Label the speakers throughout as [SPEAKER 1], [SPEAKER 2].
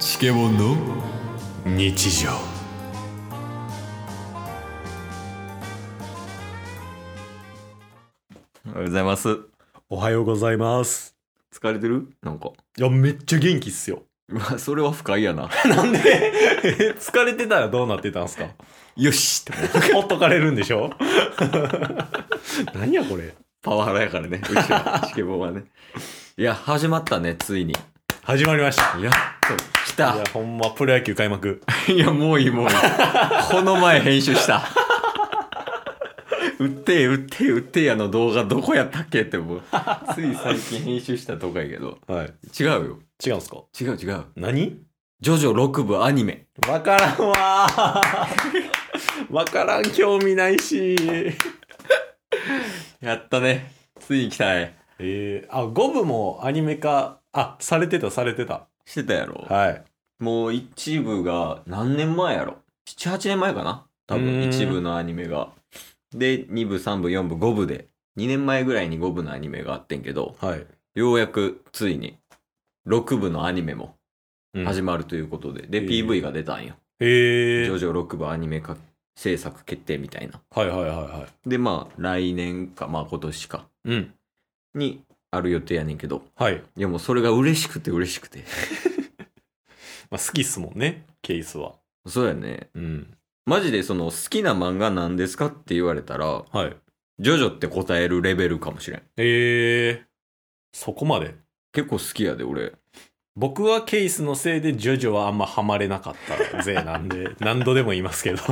[SPEAKER 1] チケボンの日常
[SPEAKER 2] おはようございます
[SPEAKER 3] おはようございます。
[SPEAKER 2] 疲れてるなんか
[SPEAKER 3] いや、めっちゃ元気っすよ。
[SPEAKER 2] うわそれは不快やな
[SPEAKER 3] なんで疲れてたらどうなってたんすか
[SPEAKER 2] よしって
[SPEAKER 3] ほっとかれるんでしょ何やこれ。
[SPEAKER 2] パワハラやからねうちはチケボンはねいや始まったねついに
[SPEAKER 3] 始まりました。
[SPEAKER 2] やっと来
[SPEAKER 3] い
[SPEAKER 2] た
[SPEAKER 3] や、ほんま、プロ野球開幕。
[SPEAKER 2] いやもういいもういいこの前編集した売ってえ売ってえ売ってえやの動画どこやったっけってもうつい最近編集したとかやけど
[SPEAKER 3] はい。
[SPEAKER 2] 違うよ
[SPEAKER 3] 違うんすか
[SPEAKER 2] 違う違う
[SPEAKER 3] 何
[SPEAKER 2] ジョジョ6部アニメ
[SPEAKER 3] わからんわー。わからん、興味ないし。
[SPEAKER 2] やったねついに来たね
[SPEAKER 3] えー、あ、5部もアニメ化、あ、されてた、されてた。
[SPEAKER 2] してたやろ
[SPEAKER 3] はい。
[SPEAKER 2] もう一部が何年前やろ78年前かな多
[SPEAKER 3] う
[SPEAKER 2] 分
[SPEAKER 3] ーん
[SPEAKER 2] 一部のアニメがで2部3部4部5部で2年前ぐらいに5部のアニメがあってんけど
[SPEAKER 3] はい。
[SPEAKER 2] ようやくついに6部のアニメも
[SPEAKER 3] うん
[SPEAKER 2] 始まるということで、で
[SPEAKER 3] えー
[SPEAKER 2] PV が出たんよ「
[SPEAKER 3] え
[SPEAKER 2] ジ
[SPEAKER 3] ー
[SPEAKER 2] ョ。ジョ6部アニメ化制作決定」みたいな
[SPEAKER 3] はいはいはいは
[SPEAKER 2] でまあ来年かまあ今年か
[SPEAKER 3] い。うん。
[SPEAKER 2] にある予定やねんけど
[SPEAKER 3] はい。
[SPEAKER 2] いやもうそれが嬉しくて嬉しくて
[SPEAKER 3] まあ、好きっすもんね、ケースは。
[SPEAKER 2] そうやね
[SPEAKER 3] うん。
[SPEAKER 2] マジでその好きな漫画なんですかって言われたら
[SPEAKER 3] はい。
[SPEAKER 2] ジョジョって答えるレベルかもしれん。
[SPEAKER 3] ええそこまで。
[SPEAKER 2] 結構好きやで、俺。
[SPEAKER 3] 僕はケースのせいでジョジョはあんまハマれなかった勢な んで、何度でも言いますけど。
[SPEAKER 2] あ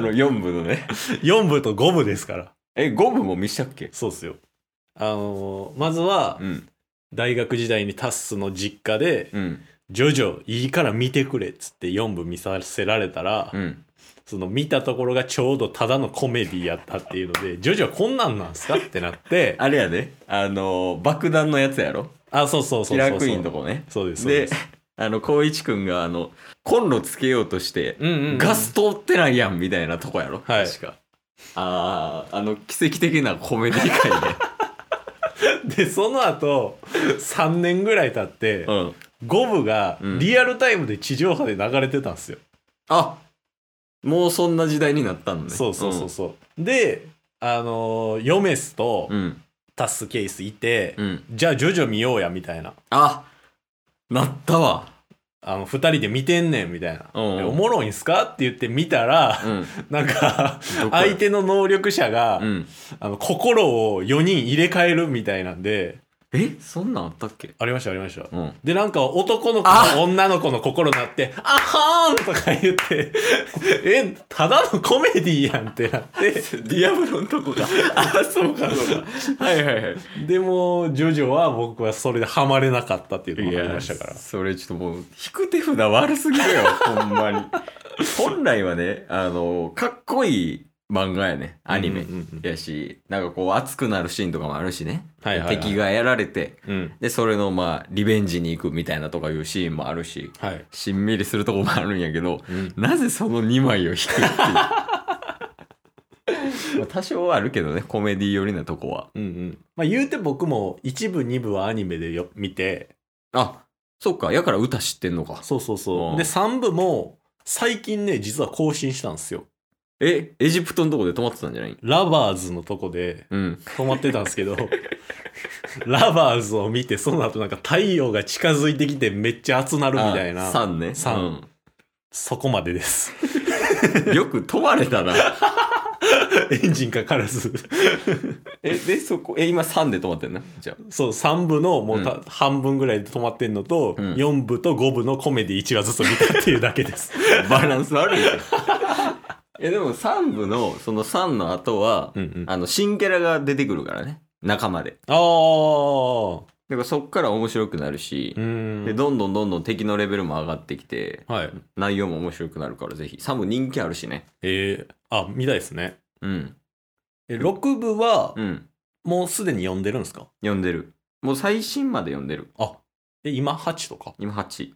[SPEAKER 2] の、4部のね。
[SPEAKER 3] 4部と5部ですから。
[SPEAKER 2] え、5部も見したっけ
[SPEAKER 3] そうっすよ。あのーまずは
[SPEAKER 2] う、ん。
[SPEAKER 3] 大学時代にタッスの実家で、
[SPEAKER 2] うん。
[SPEAKER 3] ジョジョいいから見てくれっつって4部見させられたら、
[SPEAKER 2] うん。
[SPEAKER 3] その見たところがちょうどただのコメディやったっていうので、ジョジョこんなんなんすかってなって、
[SPEAKER 2] あれやで。あの、爆弾のやつやろ
[SPEAKER 3] あ、そうそうそ
[SPEAKER 2] キ
[SPEAKER 3] うそうそう。
[SPEAKER 2] ラークイーンのとこね。
[SPEAKER 3] そうです。そう
[SPEAKER 2] で
[SPEAKER 3] です、
[SPEAKER 2] あの、光一くんが、あの、コンロつけようとして、
[SPEAKER 3] うんうんうん
[SPEAKER 2] ガス通ってないやん、みたいなとこやろ
[SPEAKER 3] はい
[SPEAKER 2] 確か。ああ、あの、奇跡的なコメディ界ね。
[SPEAKER 3] でその後3年ぐらい経 って、
[SPEAKER 2] うん。
[SPEAKER 3] ゴブが
[SPEAKER 2] うん
[SPEAKER 3] リアルタイムで地上波で流れてたんですよ、
[SPEAKER 2] あもうそんな時代になったのね。
[SPEAKER 3] そうそうそうそう、であのーヨメスと
[SPEAKER 2] うん。うん。
[SPEAKER 3] タスケースいて、
[SPEAKER 2] うん。
[SPEAKER 3] じゃあジョジョ見ようやみたいな
[SPEAKER 2] あなったわ。
[SPEAKER 3] あの2人で見てんねんみたいな、
[SPEAKER 2] うんうん
[SPEAKER 3] でおもろいんすかって言って見たら、
[SPEAKER 2] うん。
[SPEAKER 3] なんか
[SPEAKER 2] どこや
[SPEAKER 3] 相手の能力者が、
[SPEAKER 2] うん。
[SPEAKER 3] あの心を4人入れ替えるみたいなんで
[SPEAKER 2] えそんなんあったっけ
[SPEAKER 3] ありましたありました、
[SPEAKER 2] うん。
[SPEAKER 3] で、なんか男の子
[SPEAKER 2] あ
[SPEAKER 3] と女の子の心になって、あはーんとか言って、 え、ただのコメディやんってなって、
[SPEAKER 2] ディアブロのとこ か。あ、そうか、そうか。 はいはいはい。
[SPEAKER 3] でも、ジョジョは僕はそれでハマれなかったっていうの
[SPEAKER 2] い
[SPEAKER 3] があり
[SPEAKER 2] や
[SPEAKER 3] ましたから。
[SPEAKER 2] それちょっともう、引く手札悪すぎる よ、ほんまに。本来はね、あの、かっこいい漫画やね、アニメ
[SPEAKER 3] うんうん
[SPEAKER 2] やし、なんかこう、熱くなるシーンとかもあるしね。
[SPEAKER 3] はいはいはい
[SPEAKER 2] 敵がやられて、
[SPEAKER 3] うん。
[SPEAKER 2] で、それのまあ、リベンジに行くみたいなとかいうシーンもあるし、
[SPEAKER 3] はい。
[SPEAKER 2] しんみりするとこもあるんやけど、
[SPEAKER 3] うん
[SPEAKER 2] なぜその2枚を引く っていうまあ多少はあるけどねコメディ寄りなとこは
[SPEAKER 3] うんうん。まあ言うて僕も一部二部はアニメでよ見て、
[SPEAKER 2] あそっかやから歌知ってんのか
[SPEAKER 3] そうそう
[SPEAKER 2] う
[SPEAKER 3] そ
[SPEAKER 2] ん
[SPEAKER 3] う。で、三部も最近ね、実は更新したんですよ。
[SPEAKER 2] えエジプトのとこで泊まってたんじゃない
[SPEAKER 3] ラバーズのとこで、
[SPEAKER 2] うん
[SPEAKER 3] 止まってたんですけど ラバーズを見てその後なんか太陽が近づいてきてめっちゃ熱なるみたいな
[SPEAKER 2] あ3ね
[SPEAKER 3] さんそこまでです
[SPEAKER 2] うんよく泊まれたな
[SPEAKER 3] エンジンかからず
[SPEAKER 2] えでそこえ今3で泊まってんなじゃ
[SPEAKER 3] そう3部のもうた、
[SPEAKER 2] う
[SPEAKER 3] 半分ぐらいで止まってんのと、
[SPEAKER 2] うん
[SPEAKER 3] 4部と5部のコメディ1話ずつ見たっていうだけです
[SPEAKER 2] あバランス悪いよ えでも3部のその3の後は、
[SPEAKER 3] うん、うん、あ
[SPEAKER 2] あの新キャラが出てくるからね仲間で
[SPEAKER 3] あー
[SPEAKER 2] だからそっから面白くなるし
[SPEAKER 3] う、ん
[SPEAKER 2] でどんどんどんどん敵のレベルも上がってきて
[SPEAKER 3] はい
[SPEAKER 2] 内容も面白くなるからぜひ3部人気あるしね
[SPEAKER 3] えー、あ見たいですね
[SPEAKER 2] うん
[SPEAKER 3] え6部は
[SPEAKER 2] うん
[SPEAKER 3] もうすでに読んでるんですか
[SPEAKER 2] 読んでるもう最新まで読んでる
[SPEAKER 3] あで今8とか
[SPEAKER 2] 今86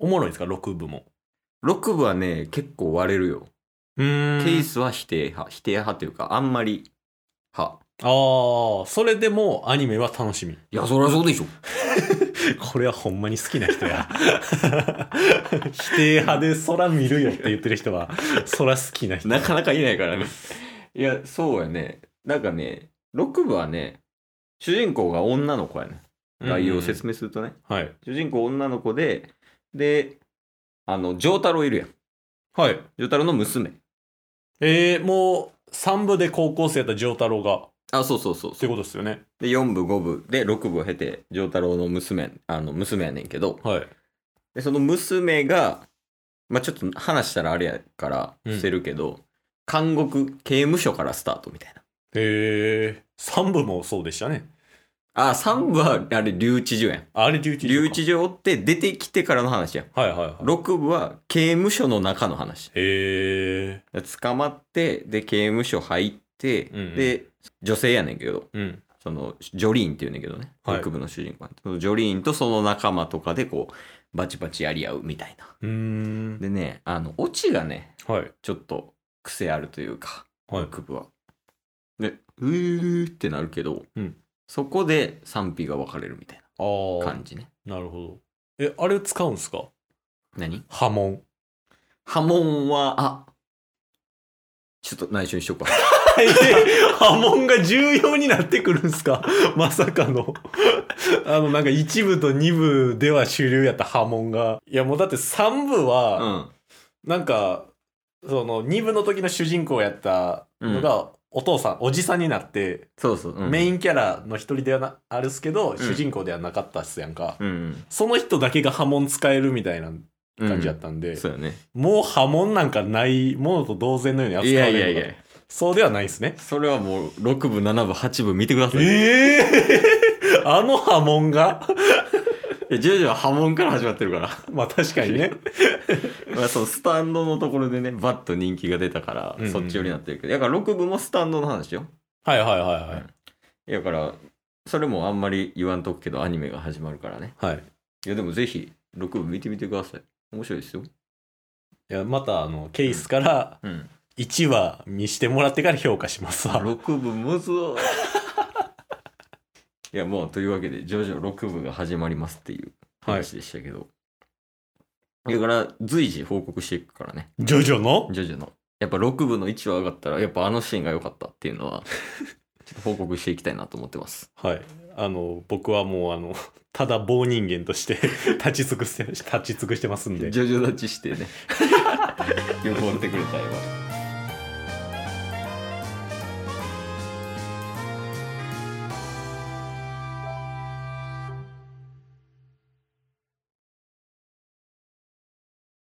[SPEAKER 3] おもろいんですか6部も
[SPEAKER 2] 部はね結構割れるよ
[SPEAKER 3] うーん
[SPEAKER 2] ケースは否定派否定派というかあんまり派
[SPEAKER 3] ああ、それでもアニメは楽しみ。
[SPEAKER 2] いやそりゃそうでしょ
[SPEAKER 3] これはほんまに好きな人や。否定派で空見るよって言ってる人は、空好きな 人。
[SPEAKER 2] なかなかいないからねいやそうやねなんかね6部はね主人公が女の子やね概要を説明するとね、
[SPEAKER 3] 明。はい。
[SPEAKER 2] 主人公女の子でであの丈太郎いるやん
[SPEAKER 3] はい。
[SPEAKER 2] 丈太郎の娘
[SPEAKER 3] えー、もう3部で高校生だった丈太郎が、
[SPEAKER 2] あそうそうそう
[SPEAKER 3] っ
[SPEAKER 2] そ
[SPEAKER 3] て
[SPEAKER 2] う
[SPEAKER 3] ことですよね。
[SPEAKER 2] で4部5部で6部を経て丈太郎の娘あの娘やねんけど
[SPEAKER 3] はい。
[SPEAKER 2] でその娘が、まあ、ちょっと話したらあれやから
[SPEAKER 3] うん
[SPEAKER 2] してるけど、監獄刑務所からスタートみたいな
[SPEAKER 3] えー、3部もそうでしたね。
[SPEAKER 2] あ3部はあれ留置所やん
[SPEAKER 3] あれ留置所か
[SPEAKER 2] 留置所おって出てきてからの話やん
[SPEAKER 3] はいはいはい。
[SPEAKER 2] 6部は刑務所の中の話
[SPEAKER 3] え
[SPEAKER 2] 捕まってで刑務所入って、
[SPEAKER 3] うんうん
[SPEAKER 2] で女性やねんけど
[SPEAKER 3] ー、うん。
[SPEAKER 2] そのジョリーンっていうんだけどね、
[SPEAKER 3] はい
[SPEAKER 2] 北部の主人公なんてそのジョリーンとその仲間とかでこうバチバチやり合うみたいな
[SPEAKER 3] うーん。
[SPEAKER 2] でねあのオチがね
[SPEAKER 3] はい。
[SPEAKER 2] ちょっと癖あるというか
[SPEAKER 3] はい。
[SPEAKER 2] 北部はでうーってなるけど、
[SPEAKER 3] うん
[SPEAKER 2] そこで賛否が分かれるみたい
[SPEAKER 3] あ
[SPEAKER 2] な
[SPEAKER 3] ー
[SPEAKER 2] 感、じね
[SPEAKER 3] なるほど。え、あれ使うんすか
[SPEAKER 2] 何
[SPEAKER 3] 波紋。
[SPEAKER 2] 波紋はあちょっと内緒にしとくわ
[SPEAKER 3] 波紋が重要になってくるんす かまさかのあのなんか1部と2部では終了やった波紋がいやもうだって3部
[SPEAKER 2] う
[SPEAKER 3] は
[SPEAKER 2] ん
[SPEAKER 3] なんか、その2部の時の主人公やったのがお父さん、おじさんになって、
[SPEAKER 2] そうそう、うん
[SPEAKER 3] メインキャラの一人ではなあるっすけど、
[SPEAKER 2] ん
[SPEAKER 3] 主人公ではなかったっすやんか、
[SPEAKER 2] うん
[SPEAKER 3] その人だけが波紋使えるみたいな
[SPEAKER 2] うん
[SPEAKER 3] 感じやったんで、
[SPEAKER 2] そうよね
[SPEAKER 3] もう波紋なんかないものと同然のように扱
[SPEAKER 2] い
[SPEAKER 3] わ
[SPEAKER 2] やい
[SPEAKER 3] れる
[SPEAKER 2] やい
[SPEAKER 3] のが
[SPEAKER 2] や
[SPEAKER 3] そうではないですね
[SPEAKER 2] それはもう6部7部8部見てください
[SPEAKER 3] ええ あの波紋 が
[SPEAKER 2] いや、ジョジョは波紋から始まってるから。
[SPEAKER 3] まあ確かにね。
[SPEAKER 2] まあ、そのスタンドのところでね、バッと人気が出たから
[SPEAKER 3] うんうんう、ん
[SPEAKER 2] そっち寄りになってるけど。だから6部もスタンドの話よ。
[SPEAKER 3] はいはいはいはい。
[SPEAKER 2] だから、それもあんまり言わんとくけど、アニメが始まるからね。
[SPEAKER 3] はい。
[SPEAKER 2] いや、でもぜひ、6部見てみてください。面白いですよ。
[SPEAKER 3] いや、またあの、ケースから
[SPEAKER 2] うん。
[SPEAKER 3] 1話見してもらってから評価しますわ。
[SPEAKER 2] 6部むずー いや、もう、というわけで、ジョジョ6部が始まりますっていう話でしたけど。だから、随時報告していくからね。
[SPEAKER 3] ジョジョの
[SPEAKER 2] ジョジョの。やっぱ6部の1話上がったら、やっぱあのシーンが良かったっていうのは、ちょっと報告していきたいなと思ってます。
[SPEAKER 3] はい。あの、僕はもうあの、ただ棒人間として 立ち尽くして、立ち尽くしてますん
[SPEAKER 2] ジ
[SPEAKER 3] で
[SPEAKER 2] ョ。ジョ立ちしてね。喜んでくれた今。